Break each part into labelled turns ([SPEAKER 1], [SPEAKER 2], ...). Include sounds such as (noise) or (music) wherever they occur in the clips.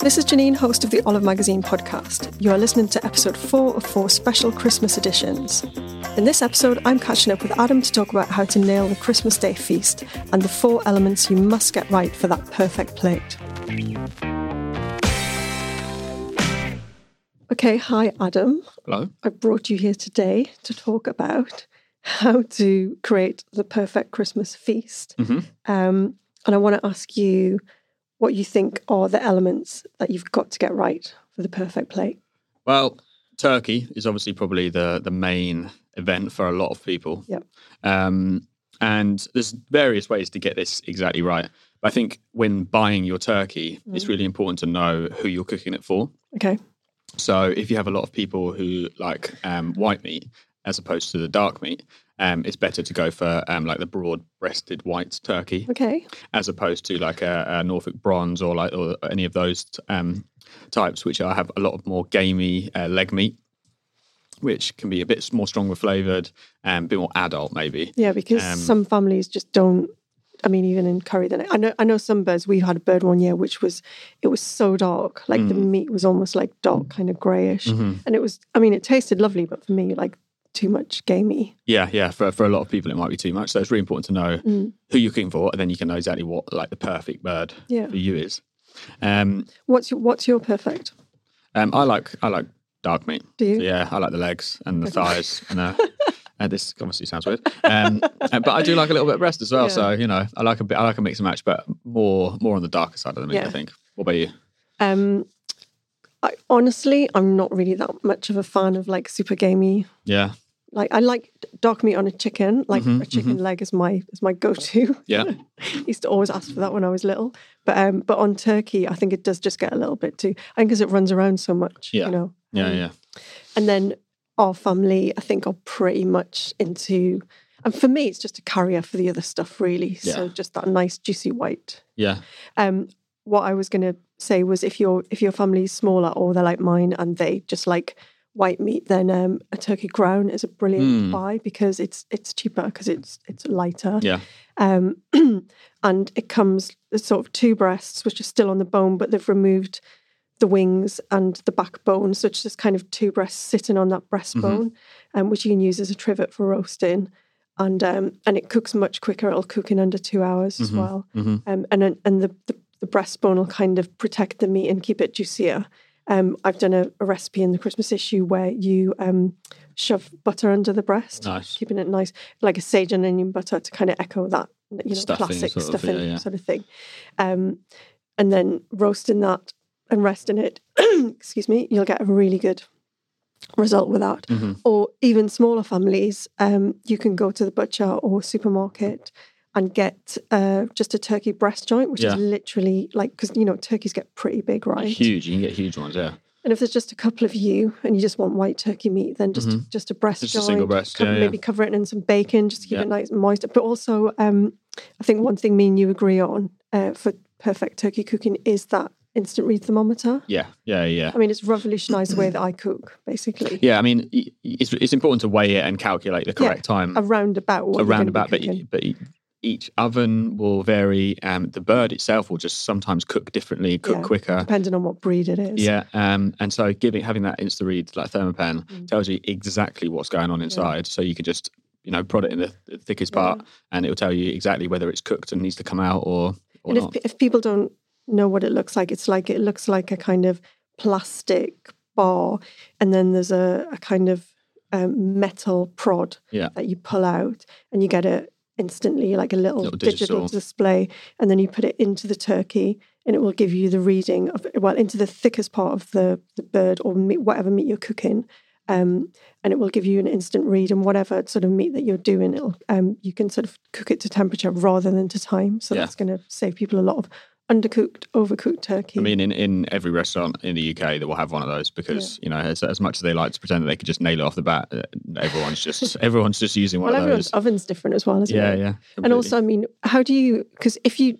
[SPEAKER 1] This is Janine, host of the Olive Magazine podcast. You are listening to episode four of four special Christmas editions. In this episode, I'm catching up with Adam to talk about how to nail the Christmas Day feast and the four elements you must get right for that perfect plate. Okay, hi Adam.
[SPEAKER 2] Hello.
[SPEAKER 1] I brought you here today to talk about how to create the perfect Christmas feast.
[SPEAKER 2] Mhm.
[SPEAKER 1] Um, and I want to ask you what you think are the elements that you've got to get right for the perfect plate.
[SPEAKER 2] Well, turkey is obviously probably the the main event for a lot of people.
[SPEAKER 1] Yep.
[SPEAKER 2] Um, and there's various ways to get this exactly right. But I think when buying your turkey, it's really important to know who you're cooking it for.
[SPEAKER 1] Okay.
[SPEAKER 2] So if you have a lot of people who like um, white meat as opposed to the dark meat, um, it's better to go for um, like the broad-breasted white turkey.
[SPEAKER 1] Okay.
[SPEAKER 2] as opposed to like a, a Norfolk Bronze or like or any of those um, types, which are, have a lot of more gamey uh, leg meat, which can be a bit more stronger flavored and a bit more adult, maybe.
[SPEAKER 1] Yeah, because
[SPEAKER 2] Um,
[SPEAKER 1] some families just don't. I mean, even in curry, then I know I know some birds. We had a bird one year which was it was so dark, like
[SPEAKER 2] Mm.
[SPEAKER 1] the meat was almost like dark, kind of grayish,
[SPEAKER 2] Mm-hmm.
[SPEAKER 1] and it was. I mean, it tasted lovely, but for me, like too much gamey.
[SPEAKER 2] Yeah, yeah. For for a lot of people, it might be too much. So it's really important to know who you're cooking for, and then you can know exactly what like the perfect bird
[SPEAKER 1] Yeah.
[SPEAKER 2] for you is. Um,
[SPEAKER 1] What's your What's your perfect?
[SPEAKER 2] um, I like I like dark meat.
[SPEAKER 1] Do you?
[SPEAKER 2] So, yeah, I like the legs and the thighs and the. (laughs) Uh, this obviously sounds weird, um, uh, but I do like a little bit of breast as well.
[SPEAKER 1] Yeah.
[SPEAKER 2] So you know, I like a bit. I like a mix and match, but more more on the darker side of the meat.
[SPEAKER 1] Yeah.
[SPEAKER 2] I think. What about you?
[SPEAKER 1] Um, I honestly, I'm not really that much of a fan of like super gamey.
[SPEAKER 2] Yeah,
[SPEAKER 1] Like I like dark meat on a chicken. Like
[SPEAKER 2] Mhm,
[SPEAKER 1] a chicken leg is my is my go to. (laughs)
[SPEAKER 2] yeah,
[SPEAKER 1] used to always ask for that when I was little. But um, but on turkey, I think it does just get a little bit too. I think because it runs around so much,
[SPEAKER 2] Yeah.
[SPEAKER 1] you know.
[SPEAKER 2] yeah,
[SPEAKER 1] Um,
[SPEAKER 2] yeah.
[SPEAKER 1] And then our family, I think, are pretty much into. And for me, it's just a carrier for the other stuff, really. So
[SPEAKER 2] Yeah.
[SPEAKER 1] just that nice juicy white.
[SPEAKER 2] Yeah,
[SPEAKER 1] Um, what I was going to say was if your if your family's smaller or they're like mine and they just like white meat, then um, a turkey ground is a brilliant
[SPEAKER 2] Mm.
[SPEAKER 1] buy because it's it's cheaper because it's it's lighter
[SPEAKER 2] yeah,
[SPEAKER 1] um, (clears throat) and it comes there's sort of two breasts which are still on the bone but they've removed the wings and the backbone so it's just kind of two breasts sitting on that breastbone um, which you can use as a trivet for roasting and um, and it cooks much quicker it'll cook in under two hours as
[SPEAKER 2] Mhm.
[SPEAKER 1] well
[SPEAKER 2] hmm
[SPEAKER 1] um, and then- and the, the the breastbone will kind of protect the meat and keep it juicier. Um, I've done a, a recipe in the Christmas issue where you um, shove butter under the breast,
[SPEAKER 2] Nice.
[SPEAKER 1] keeping it nice, like a sage and onion butter to kind of echo that you know
[SPEAKER 2] Stuffing
[SPEAKER 1] classic
[SPEAKER 2] sort of,
[SPEAKER 1] stuffing
[SPEAKER 2] yeah, yeah.
[SPEAKER 1] sort of thing. Um, and then roasting that and resting it. (clears throat) excuse me, you'll get a really good result with that.
[SPEAKER 2] Mhm.
[SPEAKER 1] Or even smaller families, um, you can go to the butcher or supermarket and get uh, just a turkey breast joint, which
[SPEAKER 2] Yeah.
[SPEAKER 1] is literally like because you know turkeys get pretty big, right?
[SPEAKER 2] Huge. You can get huge ones. Yeah,
[SPEAKER 1] And if there's just a couple of you and you just want white turkey meat, then just just a breast
[SPEAKER 2] Mm-hmm. Just a
[SPEAKER 1] joint,
[SPEAKER 2] single breast,
[SPEAKER 1] cover-
[SPEAKER 2] yeah, yeah.
[SPEAKER 1] maybe cover it in some bacon just to keep
[SPEAKER 2] Yeah.
[SPEAKER 1] it nice and moist. But also, um, I think one thing me and you agree on uh, for perfect turkey cooking is that instant read thermometer.
[SPEAKER 2] yeah, yeah, yeah.
[SPEAKER 1] I mean, it's revolutionised the way that I cook, basically.
[SPEAKER 2] Yeah, I mean, y- y- it's it's important to weigh it and calculate the
[SPEAKER 1] Yeah,
[SPEAKER 2] correct time.
[SPEAKER 1] A roundabout. What
[SPEAKER 2] a
[SPEAKER 1] you're gonna be
[SPEAKER 2] roundabout, but,
[SPEAKER 1] cooking.
[SPEAKER 2] but e- each oven will vary. Um, the bird itself will just sometimes cook differently, cook
[SPEAKER 1] Yeah.
[SPEAKER 2] quicker.
[SPEAKER 1] depending on what breed it is.
[SPEAKER 2] Yeah, um, and so giving having that insta read like thermopen
[SPEAKER 1] Mm.
[SPEAKER 2] tells you exactly what's going on inside, so you can just you know prod it in the, the thickest
[SPEAKER 1] Yeah.
[SPEAKER 2] part, and it will tell you exactly whether it's cooked and needs to come out or or
[SPEAKER 1] and if,
[SPEAKER 2] not.
[SPEAKER 1] pe- if people don't know what it looks like, it's like it looks like a kind of plastic bar, and then there's a, a kind of um, metal prod
[SPEAKER 2] Yeah.
[SPEAKER 1] that you pull out, and you get it instantly, like a little,
[SPEAKER 2] Little
[SPEAKER 1] digital.
[SPEAKER 2] digital.
[SPEAKER 1] display, and then you put it into the turkey. And it will give you the reading of well into the thickest part of the, the bird or meat, whatever meat you're cooking, um, and it will give you an instant read. And whatever sort of meat that you're doing, it'll um, you can sort of cook it to temperature rather than to time. So
[SPEAKER 2] Yeah.
[SPEAKER 1] that's going to save people a lot of undercooked, overcooked turkey.
[SPEAKER 2] I mean, in, in every restaurant in the UK that will have one of those because you know, as, as much as they like to pretend that they could just nail it off the bat, uh,
[SPEAKER 1] (laughs)
[SPEAKER 2] everyone's just everyone's just using one
[SPEAKER 1] well,
[SPEAKER 2] of
[SPEAKER 1] everyone's
[SPEAKER 2] those.
[SPEAKER 1] oven's different as well, isn't
[SPEAKER 2] Yeah,
[SPEAKER 1] it?
[SPEAKER 2] yeah.
[SPEAKER 1] And
[SPEAKER 2] completely.
[SPEAKER 1] also, I mean, how do you? Because if you,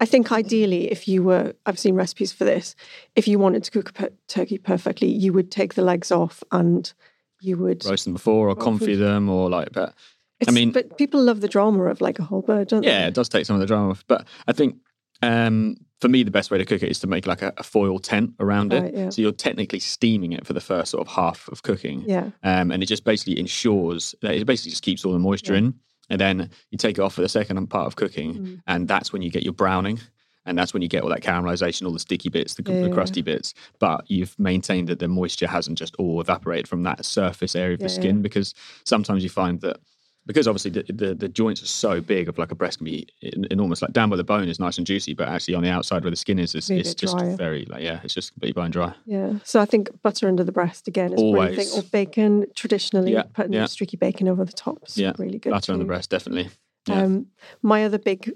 [SPEAKER 1] I think ideally, if you were, I've seen recipes for this. If you wanted to cook a per- turkey perfectly, you would take the legs off and you would.
[SPEAKER 2] roast them before or
[SPEAKER 1] Raw
[SPEAKER 2] confit
[SPEAKER 1] food.
[SPEAKER 2] them or like but
[SPEAKER 1] It's-
[SPEAKER 2] mean-
[SPEAKER 1] but people love the drama of like a whole bird, don't
[SPEAKER 2] yeah
[SPEAKER 1] they?
[SPEAKER 2] it does take some of the drama off but i think um for me the best way to cook it is to make like a, a foil tent around it
[SPEAKER 1] Right, yeah.
[SPEAKER 2] so you're technically steaming it for the first sort of half of cooking
[SPEAKER 1] Yeah.
[SPEAKER 2] um, and it just basically ensures that it basically just keeps all the moisture in and then you take it off for the second part of cooking
[SPEAKER 1] Mm.
[SPEAKER 2] and that's when you get your browning and that's when you get all that caramelization all the sticky bits the,
[SPEAKER 1] Yeah,
[SPEAKER 2] the
[SPEAKER 1] yeah,
[SPEAKER 2] crusty bits but you've maintained that the moisture hasn't just all evaporated from that surface area of the
[SPEAKER 1] Yeah, yeah.
[SPEAKER 2] skin because sometimes you find that because obviously the, the, the joints are so big of like a breast can be en- enormous like down by the bone is nice and juicy but actually on the outside where the skin is it's,
[SPEAKER 1] Be a
[SPEAKER 2] it's
[SPEAKER 1] bit
[SPEAKER 2] just
[SPEAKER 1] drier.
[SPEAKER 2] very like yeah it's just completely bone dry
[SPEAKER 1] Yeah. So I think butter under the breast again is one
[SPEAKER 2] Always.
[SPEAKER 1] thing. Or bacon, traditionally
[SPEAKER 2] Yeah,
[SPEAKER 1] putting
[SPEAKER 2] yeah.
[SPEAKER 1] streaky bacon over the top is
[SPEAKER 2] Yeah,
[SPEAKER 1] really good.
[SPEAKER 2] butter on the
[SPEAKER 1] too.
[SPEAKER 2] breast definitely yeah.
[SPEAKER 1] Um, my other big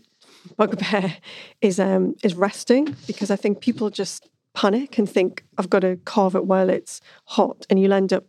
[SPEAKER 1] bugbear (laughs) is um, is resting because I think people just panic and think I've got to carve it while it's hot, and you'll end up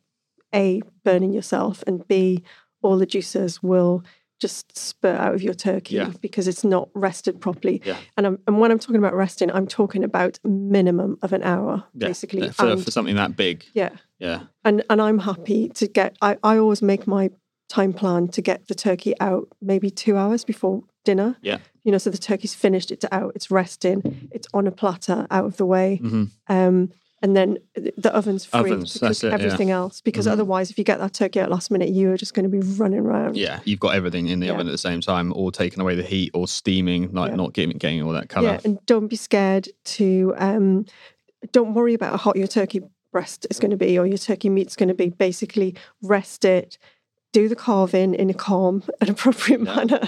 [SPEAKER 1] a burning yourself, and b all the juices will just spurt out of your turkey
[SPEAKER 2] Yeah.
[SPEAKER 1] because it's not rested properly.
[SPEAKER 2] Yeah.
[SPEAKER 1] And I'm, and when I'm talking about resting, I'm talking about minimum of an hour
[SPEAKER 2] Yeah,
[SPEAKER 1] basically. Um,
[SPEAKER 2] for,
[SPEAKER 1] and
[SPEAKER 2] for something that big
[SPEAKER 1] yeah,
[SPEAKER 2] yeah
[SPEAKER 1] and and I'm happy
[SPEAKER 2] Mm.
[SPEAKER 1] to get. I, I always make my time plan to get the turkey out maybe two hours before dinner.
[SPEAKER 2] Yeah.
[SPEAKER 1] you know, so the turkey's finished, it's out, it's resting, it's on a platter, out of the way,
[SPEAKER 2] Mhm.
[SPEAKER 1] um, and then th- the oven's free
[SPEAKER 2] Ovens,
[SPEAKER 1] to
[SPEAKER 2] that's
[SPEAKER 1] cook
[SPEAKER 2] it, yeah.
[SPEAKER 1] everything else. Because
[SPEAKER 2] Mhm.
[SPEAKER 1] otherwise, if you get that turkey out last minute, you are just going to be running around.
[SPEAKER 2] Yeah, you've got everything in the
[SPEAKER 1] Yeah.
[SPEAKER 2] oven at the same time, all taking away the heat, or steaming, like
[SPEAKER 1] Yeah.
[SPEAKER 2] not getting, getting all that
[SPEAKER 1] yeah,
[SPEAKER 2] colour.
[SPEAKER 1] and don't be scared to. Um, don't worry about how hot your turkey breast is going to be or your turkey meat's going to be. Basically, rest it, do the carving in a calm (laughs) and appropriate
[SPEAKER 2] Yeah.
[SPEAKER 1] manner,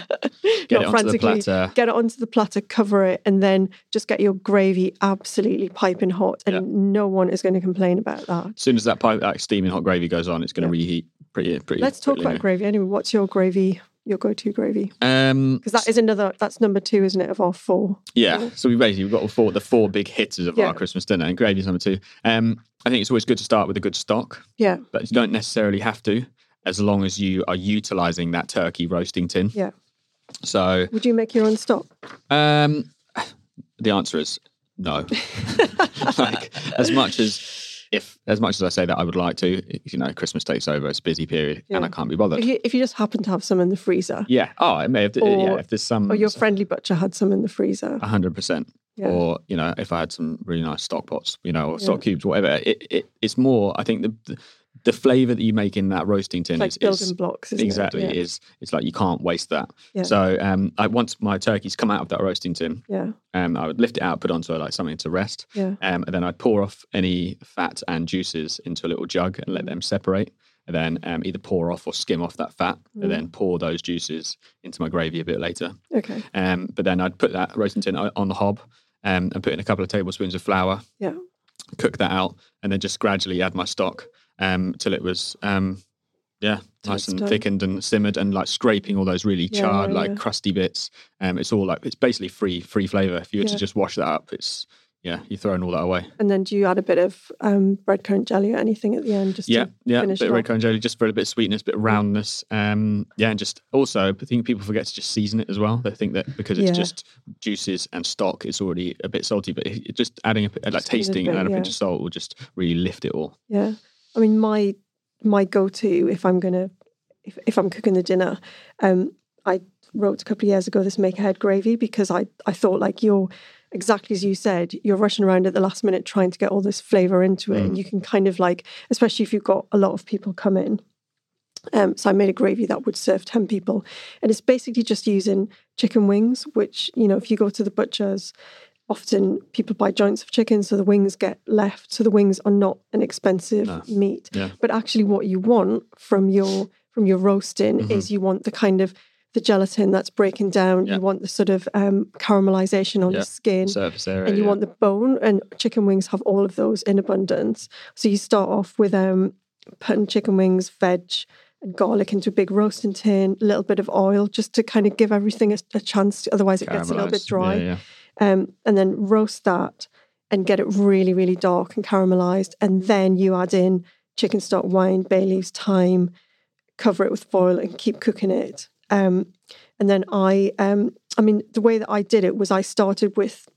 [SPEAKER 2] Get it onto the platter.
[SPEAKER 1] Get it onto the platter, cover it, and then just get your gravy absolutely piping hot, and
[SPEAKER 2] Yeah.
[SPEAKER 1] no one is going to complain about that.
[SPEAKER 2] As soon as that pipe, that steaming hot gravy goes on, it's going to
[SPEAKER 1] Yeah.
[SPEAKER 2] reheat pretty, pretty.
[SPEAKER 1] Let's talk
[SPEAKER 2] quickly.
[SPEAKER 1] about gravy anyway. What's your gravy? Your go-to gravy?
[SPEAKER 2] Um,
[SPEAKER 1] Because that is another. That's number two, isn't it? Of our four.
[SPEAKER 2] yeah. So we basically we've got all four the four big hitters of
[SPEAKER 1] Yeah.
[SPEAKER 2] our Christmas dinner, and gravy's number two. Um, I think it's always good to start with a good stock,
[SPEAKER 1] Yeah.
[SPEAKER 2] but you don't necessarily have to, as long as you are utilising that turkey roasting tin.
[SPEAKER 1] Yeah.
[SPEAKER 2] So
[SPEAKER 1] Would you make your own stock?
[SPEAKER 2] Um, the answer is
[SPEAKER 1] (laughs)
[SPEAKER 2] no. like as much as if as much as I say that I would like to, you know, Christmas takes over, it's a busy period, and I
[SPEAKER 1] Yeah.
[SPEAKER 2] can't be
[SPEAKER 1] If (laughs)
[SPEAKER 2] bothered.
[SPEAKER 1] you, if you just happen to have some in the freezer,
[SPEAKER 2] Yeah. Oh, I may have. yeah.
[SPEAKER 1] Or-
[SPEAKER 2] If there's some.
[SPEAKER 1] or your friendly butcher had some in the freezer.
[SPEAKER 2] hundred percent.
[SPEAKER 1] Yeah.
[SPEAKER 2] Or you know, if I had some really nice stock pots, you know, or
[SPEAKER 1] Yeah.
[SPEAKER 2] stock cubes, whatever. It, it it's more. I think the the, the flavour that you make in that roasting tin
[SPEAKER 1] It's like
[SPEAKER 2] is,
[SPEAKER 1] building
[SPEAKER 2] is
[SPEAKER 1] blocks, isn't
[SPEAKER 2] exactly
[SPEAKER 1] it?
[SPEAKER 2] is it's like you can't waste that.
[SPEAKER 1] Yeah.
[SPEAKER 2] So um, I, once my turkeys come out of that roasting tin,
[SPEAKER 1] Yeah.
[SPEAKER 2] um, I would lift it out, put onto like something to rest,
[SPEAKER 1] Yeah.
[SPEAKER 2] um, and then I'd pour off any fat and juices into a little jug and let them separate. And then um, either pour off or skim off that fat,
[SPEAKER 1] Mm.
[SPEAKER 2] and then pour those juices into my gravy a bit later.
[SPEAKER 1] yeah. Okay.
[SPEAKER 2] Um, but then I'd put that roasting tin o- on the hob um, and put in a couple of tablespoons of flour,
[SPEAKER 1] Yeah.
[SPEAKER 2] cook that out, and then just gradually add my stock um, till it was, um, yeah,
[SPEAKER 1] Till
[SPEAKER 2] nice
[SPEAKER 1] it's
[SPEAKER 2] and
[SPEAKER 1] done.
[SPEAKER 2] thickened and simmered, and like scraping all those really
[SPEAKER 1] Yeah,
[SPEAKER 2] charred,
[SPEAKER 1] yeah,
[SPEAKER 2] like
[SPEAKER 1] yeah.
[SPEAKER 2] crusty bits. Um, it's all like it's basically free, free flavor. If you were to
[SPEAKER 1] Yeah.
[SPEAKER 2] just wash that up, it's yeah, you're throwing all that away.
[SPEAKER 1] And then do you add a bit of um, breadcrumb jelly or anything at the end? Just
[SPEAKER 2] Yeah,
[SPEAKER 1] To,
[SPEAKER 2] yeah,
[SPEAKER 1] finish
[SPEAKER 2] bit
[SPEAKER 1] it
[SPEAKER 2] of red
[SPEAKER 1] off.
[SPEAKER 2] cone jelly just for a bit of sweetness, bit of roundness. Um, yeah, and just also I think people forget to just season it as well. They think that because it's
[SPEAKER 1] Yeah.
[SPEAKER 2] just juices and stock, it's already a bit salty. But it- just adding a bit- like
[SPEAKER 1] Just give it a
[SPEAKER 2] tasting
[SPEAKER 1] bit,
[SPEAKER 2] and add a
[SPEAKER 1] yeah.
[SPEAKER 2] pinch of salt will just really lift it all.
[SPEAKER 1] yeah. I mean, my my go to if I'm gonna if, if I'm cooking the dinner, um, I wrote a couple of years ago this make ahead gravy because I I thought like you're exactly as you said you're rushing around at the last minute trying to get all this flavor into it,
[SPEAKER 2] Mm.
[SPEAKER 1] and you can kind of like especially if you've got a lot of people come in. Um, so I made a gravy that would serve ten people, and it's basically just using chicken wings, which you know if you go to the butcher's often people buy joints of chicken so the wings get left so the wings are not an expensive
[SPEAKER 2] No.
[SPEAKER 1] meat
[SPEAKER 2] Yeah.
[SPEAKER 1] but actually what you want from your from your roasting
[SPEAKER 2] Mhm.
[SPEAKER 1] is you want the kind of the gelatin that's breaking down
[SPEAKER 2] Yeah.
[SPEAKER 1] you want the sort of um, caramelization on
[SPEAKER 2] Yeah.
[SPEAKER 1] the skin
[SPEAKER 2] Surface area,
[SPEAKER 1] and you
[SPEAKER 2] yeah.
[SPEAKER 1] want the bone and chicken wings have all of those in abundance so you start off with um putting chicken wings veg and garlic into a big roasting tin a little bit of oil just to kind of give everything a, a chance otherwise it gets a little bit
[SPEAKER 2] Caramelised.
[SPEAKER 1] dry
[SPEAKER 2] Yeah, yeah.
[SPEAKER 1] um, and then roast that and get it really, really dark and caramelized. And then you add in chicken stock, wine, bay leaves, thyme, cover it with foil and keep cooking it. Um, and then I, um, I mean, the way that I did it was I started with,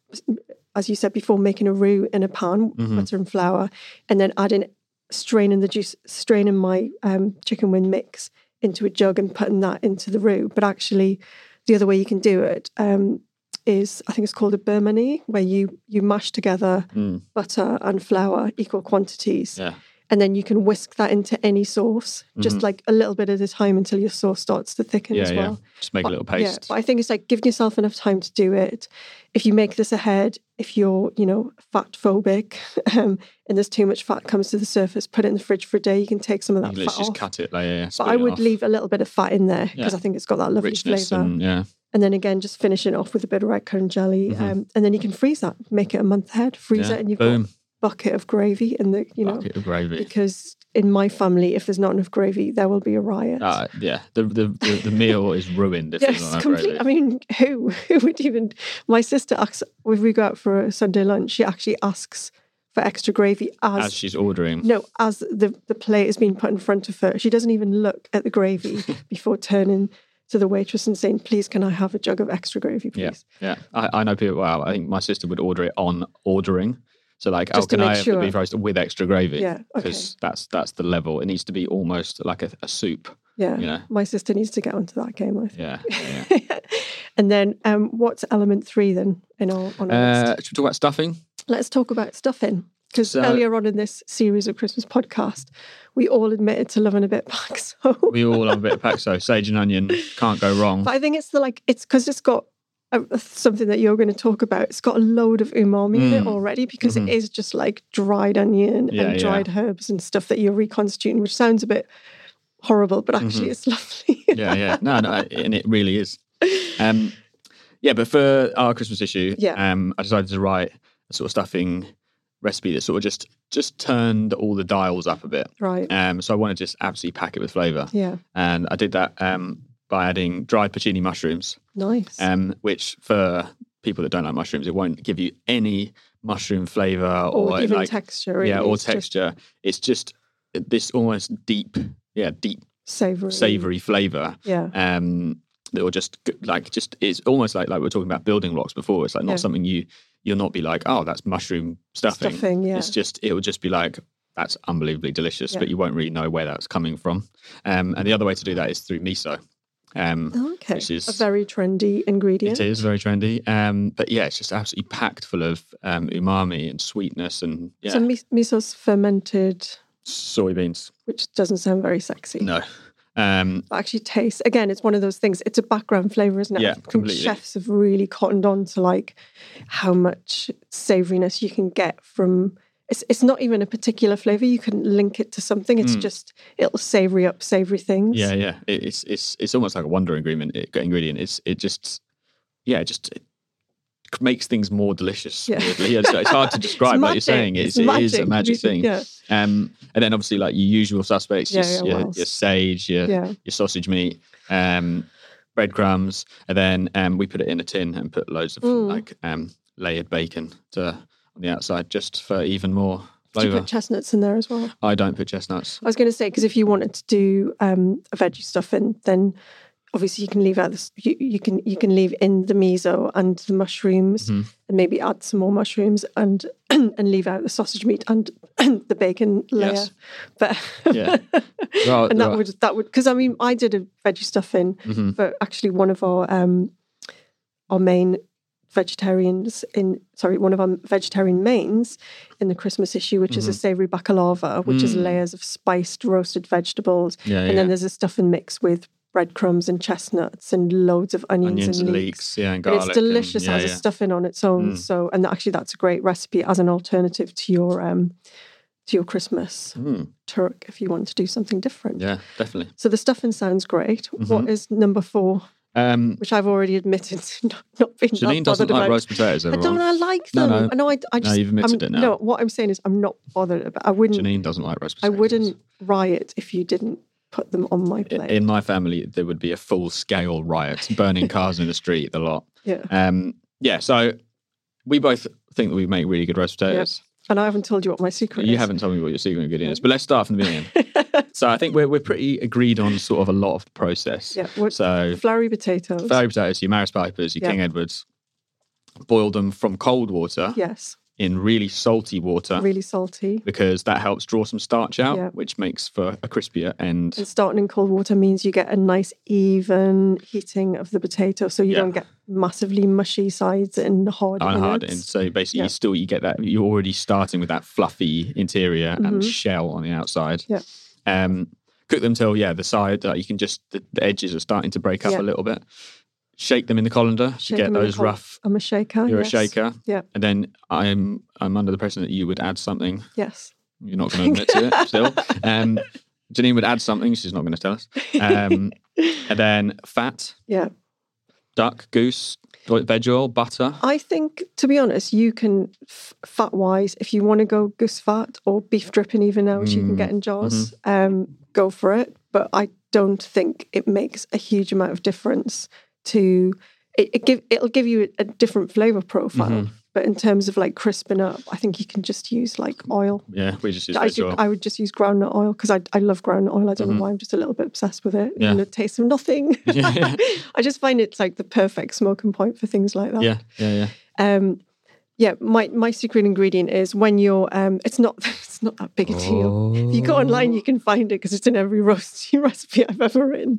[SPEAKER 1] as you said before, making a roux in a pan,
[SPEAKER 2] Mhm.
[SPEAKER 1] butter and flour, and then adding, straining the juice, straining my um, chicken wing mix into a jug and putting that into the roux. But actually, the other way you can do it um, is, I think it's called a Burmani, where you you mash together
[SPEAKER 2] Mm,
[SPEAKER 1] butter and flour equal quantities
[SPEAKER 2] yeah.
[SPEAKER 1] and then you can whisk that into any sauce, just
[SPEAKER 2] Mhm.
[SPEAKER 1] like a little bit at a time until your sauce starts to thicken
[SPEAKER 2] Yeah,
[SPEAKER 1] as
[SPEAKER 2] yeah.
[SPEAKER 1] well.
[SPEAKER 2] Just make a
[SPEAKER 1] But-
[SPEAKER 2] little
[SPEAKER 1] Yeah,
[SPEAKER 2] paste.
[SPEAKER 1] but I think it's like giving yourself enough time to do it. If you make this ahead, if you're, you know, fat phobic (laughs) um, and there's too much fat comes to the surface, put it in the fridge for a day. You can take some of
[SPEAKER 2] You
[SPEAKER 1] that
[SPEAKER 2] can literally
[SPEAKER 1] fat
[SPEAKER 2] just
[SPEAKER 1] off.
[SPEAKER 2] cut it. Like, yeah, yeah,
[SPEAKER 1] but
[SPEAKER 2] split
[SPEAKER 1] I
[SPEAKER 2] it
[SPEAKER 1] would
[SPEAKER 2] off.
[SPEAKER 1] leave a little bit of fat in there because
[SPEAKER 2] Yeah.
[SPEAKER 1] I think it's got that lovely
[SPEAKER 2] richness
[SPEAKER 1] flavour. And,
[SPEAKER 2] and yeah.
[SPEAKER 1] then again, just finish it off with a bit of red currant jelly.
[SPEAKER 2] Mhm.
[SPEAKER 1] Um, and then you can freeze that, make it a month ahead, freeze
[SPEAKER 2] yeah.
[SPEAKER 1] it, and you've
[SPEAKER 2] Boom.
[SPEAKER 1] got a bucket of gravy and the, you know,
[SPEAKER 2] Bucket of gravy.
[SPEAKER 1] because in my family, if there's not enough gravy, there will be a riot. (laughs)
[SPEAKER 2] Uh, yeah. The, the the the meal is ruined if there's not
[SPEAKER 1] yes,
[SPEAKER 2] enough
[SPEAKER 1] complete.
[SPEAKER 2] gravy.
[SPEAKER 1] I mean, who who would even? My sister asks when we go out for a Sunday lunch. She actually asks for extra gravy as,
[SPEAKER 2] As she's ordering.
[SPEAKER 1] no as the the plate is being put in front of her. She doesn't even look at the
[SPEAKER 2] (laughs)
[SPEAKER 1] gravy before turning to the waitress and saying, "Please, can I have a jug of extra gravy,
[SPEAKER 2] Yeah.
[SPEAKER 1] please?"
[SPEAKER 2] Yeah, I, I know people. Well, I think my sister would order it on ordering. So like,
[SPEAKER 1] Just to
[SPEAKER 2] oh, can
[SPEAKER 1] make
[SPEAKER 2] I have
[SPEAKER 1] sure.
[SPEAKER 2] the beef roast with extra gravy?
[SPEAKER 1] Yeah, okay.
[SPEAKER 2] because that's that's the level. It needs to be almost like a, a soup.
[SPEAKER 1] Yeah,
[SPEAKER 2] You know.
[SPEAKER 1] my sister needs to get onto that game. I think. (laughs)
[SPEAKER 2] Yeah. yeah.
[SPEAKER 1] and then, um, what's element three then in our on our list?
[SPEAKER 2] uh, should we talk about stuffing?
[SPEAKER 1] Let's talk about stuffing. Because
[SPEAKER 2] So-
[SPEAKER 1] earlier on in this series of Christmas podcast, we all admitted to loving a bit pack. (laughs) So,
[SPEAKER 2] We all love a bit of paxo, sage and onion. Can't go wrong.
[SPEAKER 1] but I think it's the like it's because it's got a, something that you're going to talk about. It's got a load of umami in it
[SPEAKER 2] Mm.
[SPEAKER 1] already because it
[SPEAKER 2] Mhm.
[SPEAKER 1] is just like dried onion
[SPEAKER 2] Yeah,
[SPEAKER 1] and
[SPEAKER 2] yeah.
[SPEAKER 1] dried herbs and stuff that you're reconstituting, which sounds a bit horrible, but actually it's (laughs) lovely.
[SPEAKER 2] (laughs) Mm-hmm. yeah, yeah. No, no, and it really is. Um, yeah, but for our Christmas issue,
[SPEAKER 1] Yeah.
[SPEAKER 2] um, I decided to write a sort of stuffing recipe that sort of just just turned all the dials up a bit.
[SPEAKER 1] right.
[SPEAKER 2] Um, so I want to just absolutely pack it with flavour,
[SPEAKER 1] yeah.
[SPEAKER 2] and I did that um, by adding dried puccini mushrooms,
[SPEAKER 1] Nice.
[SPEAKER 2] um, which for people that don't like mushrooms, it won't give you any mushroom flavour
[SPEAKER 1] or,
[SPEAKER 2] or,
[SPEAKER 1] even
[SPEAKER 2] like
[SPEAKER 1] texture. Really.
[SPEAKER 2] yeah, or
[SPEAKER 1] It's just
[SPEAKER 2] texture. It's just this almost deep, yeah, deep
[SPEAKER 1] Savory.
[SPEAKER 2] savoury flavour
[SPEAKER 1] Yeah.
[SPEAKER 2] um that will just g- like just it's almost like like we were talking about building blocks before it's like not
[SPEAKER 1] Yeah.
[SPEAKER 2] something you you'll not be like oh that's mushroom stuffing,
[SPEAKER 1] Stuffing. Yeah.
[SPEAKER 2] it's just it will just be like that's unbelievably delicious
[SPEAKER 1] Yeah.
[SPEAKER 2] but you won't really know where that's coming from um and the other way to do that is through miso um
[SPEAKER 1] Oh, Okay.
[SPEAKER 2] which
[SPEAKER 1] a
[SPEAKER 2] is-
[SPEAKER 1] very trendy ingredient.
[SPEAKER 2] it is very trendy um but yeah it's just absolutely packed full of um umami and sweetness and yeah
[SPEAKER 1] So mis- miso's fermented,
[SPEAKER 2] soybeans
[SPEAKER 1] which doesn't sound very sexy.
[SPEAKER 2] no um
[SPEAKER 1] But actually tastes again, it's one of those things, it's a background flavour, isn't it?
[SPEAKER 2] Yeah,
[SPEAKER 1] I think
[SPEAKER 2] completely.
[SPEAKER 1] Chefs have really cottoned on to like how much savouriness you can get from it's it's not even a particular flavour. You can link it to something. It's
[SPEAKER 2] Mm.
[SPEAKER 1] just it'll savoury up savoury things.
[SPEAKER 2] Yeah, yeah. It, it's it's it's almost like a wonder ingredient. It, ingredient. It's it just yeah, it just it makes things more delicious.
[SPEAKER 1] Yeah.
[SPEAKER 2] weirdly. Yeah, It's, it's hard to
[SPEAKER 1] It's
[SPEAKER 2] describe, like you're
[SPEAKER 1] magic.
[SPEAKER 2] saying. It's, it is a magic
[SPEAKER 1] really.
[SPEAKER 2] thing.
[SPEAKER 1] Yeah.
[SPEAKER 2] Um, and then obviously like your usual suspects, your,
[SPEAKER 1] Yeah, yeah,
[SPEAKER 2] your-
[SPEAKER 1] what
[SPEAKER 2] your,
[SPEAKER 1] else?
[SPEAKER 2] sage, your,
[SPEAKER 1] Yeah.
[SPEAKER 2] your sausage meat, um, breadcrumbs, and then um, we put it in a tin and put loads of
[SPEAKER 1] Mm.
[SPEAKER 2] like um, layered bacon to on the outside just for even more
[SPEAKER 1] Did you
[SPEAKER 2] flavour.
[SPEAKER 1] put chestnuts in there as well?
[SPEAKER 2] I don't put chestnuts.
[SPEAKER 1] I was going to say because if you wanted to do um, a veggie stuffing, then obviously you can leave out this. You, you can you can leave in the miso and the mushrooms,
[SPEAKER 2] Mhm.
[SPEAKER 1] and maybe add some more mushrooms and (clears throat) and leave out the sausage meat and (clears throat) the bacon layer.
[SPEAKER 2] Yes.
[SPEAKER 1] But (laughs)
[SPEAKER 2] Yeah.
[SPEAKER 1] (laughs)
[SPEAKER 2] Well,
[SPEAKER 1] and that
[SPEAKER 2] well,
[SPEAKER 1] would that would because I mean I did a veggie stuffing
[SPEAKER 2] mhm.
[SPEAKER 1] for actually one of our um, our main vegetarians in sorry one of our vegetarian mains in the Christmas issue, which is a savoury baklava, which is
[SPEAKER 2] Mm-hmm. Mm.
[SPEAKER 1] layers of spiced roasted vegetables,
[SPEAKER 2] yeah, yeah.
[SPEAKER 1] and then there's a stuffing mix with breadcrumbs and chestnuts and loads of onions,
[SPEAKER 2] onions
[SPEAKER 1] and
[SPEAKER 2] and
[SPEAKER 1] leeks.
[SPEAKER 2] leeks, yeah, and
[SPEAKER 1] But
[SPEAKER 2] garlic.
[SPEAKER 1] it's delicious
[SPEAKER 2] and, yeah,
[SPEAKER 1] as a
[SPEAKER 2] yeah.
[SPEAKER 1] stuffing on its own.
[SPEAKER 2] Mm.
[SPEAKER 1] So, and actually, that's a great recipe as an alternative to your um, to your Christmas
[SPEAKER 2] Mm,
[SPEAKER 1] turk if you want to do something different.
[SPEAKER 2] yeah, Mm-hmm. definitely.
[SPEAKER 1] So the stuffing sounds great. What is number four?
[SPEAKER 2] Um,
[SPEAKER 1] which I've already admitted (laughs) to not, not being
[SPEAKER 2] Janine
[SPEAKER 1] that
[SPEAKER 2] doesn't
[SPEAKER 1] bothered
[SPEAKER 2] like
[SPEAKER 1] about.
[SPEAKER 2] roast potatoes.
[SPEAKER 1] I
[SPEAKER 2] Everyone.
[SPEAKER 1] don't. I like
[SPEAKER 2] No,
[SPEAKER 1] them.
[SPEAKER 2] no.
[SPEAKER 1] I know. I, I just.
[SPEAKER 2] you've admitted
[SPEAKER 1] I'm-
[SPEAKER 2] it now.
[SPEAKER 1] No, what I'm saying is, I'm not bothered about. I wouldn't.
[SPEAKER 2] Janine doesn't like roast
[SPEAKER 1] I
[SPEAKER 2] potatoes.
[SPEAKER 1] wouldn't riot if you didn't put them on my
[SPEAKER 2] In,
[SPEAKER 1] plate.
[SPEAKER 2] in my family, there would be a full scale riot, burning cars in the street, the lot.
[SPEAKER 1] yeah.
[SPEAKER 2] Um, yeah, so we both think that we make really good roast potatoes.
[SPEAKER 1] And I haven't told you what my secret is.
[SPEAKER 2] You haven't told me what your secret ingredient is, but let's start from the beginning. so I think we're, we're pretty agreed on sort of a lot of the process.
[SPEAKER 1] Yeah, what-
[SPEAKER 2] So
[SPEAKER 1] Flowery potatoes.
[SPEAKER 2] fairy potatoes, your Maris Pipers, your
[SPEAKER 1] Yeah.
[SPEAKER 2] King Edwards, boil them from cold water
[SPEAKER 1] Yes.
[SPEAKER 2] in really salty water
[SPEAKER 1] Really salty.
[SPEAKER 2] because that helps draw some starch out,
[SPEAKER 1] Yeah.
[SPEAKER 2] which makes for a crispier end.
[SPEAKER 1] And starting in cold water means you get a nice even heating of the potato, so you
[SPEAKER 2] Yeah.
[SPEAKER 1] don't get massively mushy sides and hard.
[SPEAKER 2] And hard, and
[SPEAKER 1] innards.
[SPEAKER 2] so basically,
[SPEAKER 1] Yeah.
[SPEAKER 2] you still you get that you're already starting with that fluffy interior and
[SPEAKER 1] Mhm.
[SPEAKER 2] shell on the outside.
[SPEAKER 1] Yeah.
[SPEAKER 2] Um, cook them till yeah, the side uh, you can just the, the edges are starting to break up
[SPEAKER 1] Yeah.
[SPEAKER 2] a little bit. Shake them in the colander
[SPEAKER 1] Shake
[SPEAKER 2] to get
[SPEAKER 1] them in the
[SPEAKER 2] those
[SPEAKER 1] col-
[SPEAKER 2] rough.
[SPEAKER 1] I'm a shaker.
[SPEAKER 2] You're
[SPEAKER 1] yes.
[SPEAKER 2] a shaker,
[SPEAKER 1] Yeah.
[SPEAKER 2] and then I'm I'm under the impression that you would add something
[SPEAKER 1] Yes.
[SPEAKER 2] You're not
[SPEAKER 1] (laughs)
[SPEAKER 2] going to admit to it still. Um, Janine would add something. She's not going to tell us. Um, and then fat,
[SPEAKER 1] Yeah.
[SPEAKER 2] duck, goose, veg oil, butter.
[SPEAKER 1] I think, to be honest, you can f- fat wise, if you want to go goose fat or beef dripping, even now, which you can
[SPEAKER 2] Mm,
[SPEAKER 1] get in jars, um, go for it. But I don't think it makes a huge amount of difference to it. it give it'll give you a different flavor profile.
[SPEAKER 2] Mhm.
[SPEAKER 1] But in terms of like crisping up, I think you can just use like oil.
[SPEAKER 2] Yeah, we just use
[SPEAKER 1] I,
[SPEAKER 2] veg
[SPEAKER 1] do,
[SPEAKER 2] oil.
[SPEAKER 1] I would just use groundnut oil because I, I love groundnut oil. I don't
[SPEAKER 2] Mhm.
[SPEAKER 1] know why I'm just a little bit obsessed with it.
[SPEAKER 2] Yeah.
[SPEAKER 1] And the taste of nothing.
[SPEAKER 2] (laughs) Yeah.
[SPEAKER 1] (laughs) I just find it's like the perfect smoking point for things like that
[SPEAKER 2] yeah, yeah, yeah.
[SPEAKER 1] um yeah my my secret ingredient is when you're um it's not (laughs) it's not that big a deal if you go online you can find it because it's in every (laughs) roasting recipe i've ever written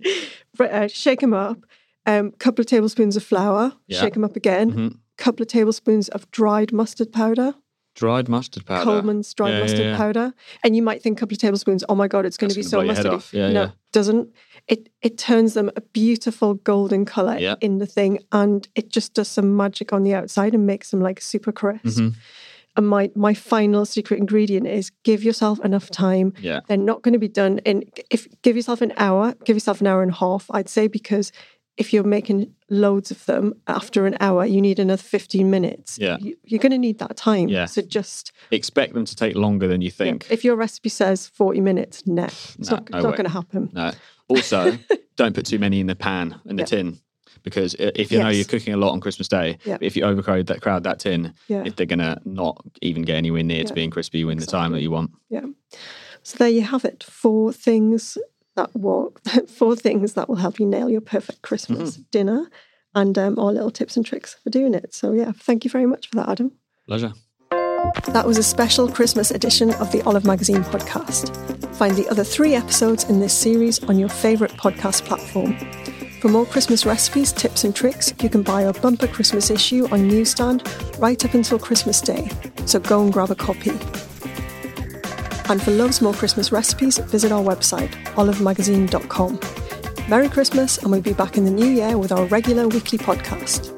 [SPEAKER 1] but uh, shake them up um couple of tablespoons of flour
[SPEAKER 2] Yeah.
[SPEAKER 1] shake them up again
[SPEAKER 2] Mhm.
[SPEAKER 1] couple of tablespoons of dried mustard powder,
[SPEAKER 2] dried mustard powder.
[SPEAKER 1] coleman's dried
[SPEAKER 2] Yeah, yeah,
[SPEAKER 1] mustard
[SPEAKER 2] yeah.
[SPEAKER 1] powder and you might think couple of tablespoons oh my god it's going
[SPEAKER 2] That's
[SPEAKER 1] to be so
[SPEAKER 2] gonna blow your head
[SPEAKER 1] mustardy
[SPEAKER 2] off. Yeah,
[SPEAKER 1] no
[SPEAKER 2] yeah.
[SPEAKER 1] doesn't it it turns them a beautiful golden color
[SPEAKER 2] Yeah.
[SPEAKER 1] in the thing and it just does some magic on the outside and makes them like super crisp
[SPEAKER 2] Mhm.
[SPEAKER 1] and my my final secret ingredient is give yourself enough time.
[SPEAKER 2] Yeah.
[SPEAKER 1] They're not going to be done in if give yourself an hour, give yourself an hour and a half, I'd say because if you're making loads of them after an hour, you need another 15 minutes.
[SPEAKER 2] Yeah.
[SPEAKER 1] You, you're going to need that time.
[SPEAKER 2] Yeah.
[SPEAKER 1] So just
[SPEAKER 2] Expect them to take longer than you
[SPEAKER 1] yeah,
[SPEAKER 2] think.
[SPEAKER 1] if your recipe says 40 minutes, nah, it's
[SPEAKER 2] Nah,
[SPEAKER 1] not,
[SPEAKER 2] no
[SPEAKER 1] it's not
[SPEAKER 2] way.
[SPEAKER 1] going to happen.
[SPEAKER 2] No.
[SPEAKER 1] (laughs)
[SPEAKER 2] Also, don't put too many in the pan in the
[SPEAKER 1] Yeah.
[SPEAKER 2] tin because i- if you know
[SPEAKER 1] Yes.
[SPEAKER 2] you're cooking a lot on Christmas Day,
[SPEAKER 1] Yeah.
[SPEAKER 2] if you overcrowd that crowd that tin,
[SPEAKER 1] Yeah.
[SPEAKER 2] if they're gonna not even get anywhere near to
[SPEAKER 1] Yeah.
[SPEAKER 2] being crispy when the time that you want.
[SPEAKER 1] So there you have it. Four things that will (laughs) four things that will help you nail your perfect Christmas dinner and um, our little tips and tricks for doing it. So yeah, thank you very much for that, Adam.
[SPEAKER 2] Pleasure.
[SPEAKER 1] That was a special Christmas edition of the Olive Magazine podcast. Find the other three episodes in this series on your favourite podcast platform. For more Christmas recipes, tips, and tricks, you can buy our bumper Christmas issue on Newsstand right up until Christmas Day, so go and grab a copy. And for loads more Christmas recipes, visit our website, olivemagazine.com. Merry Christmas, and we'll be back in the new year with our regular weekly podcast.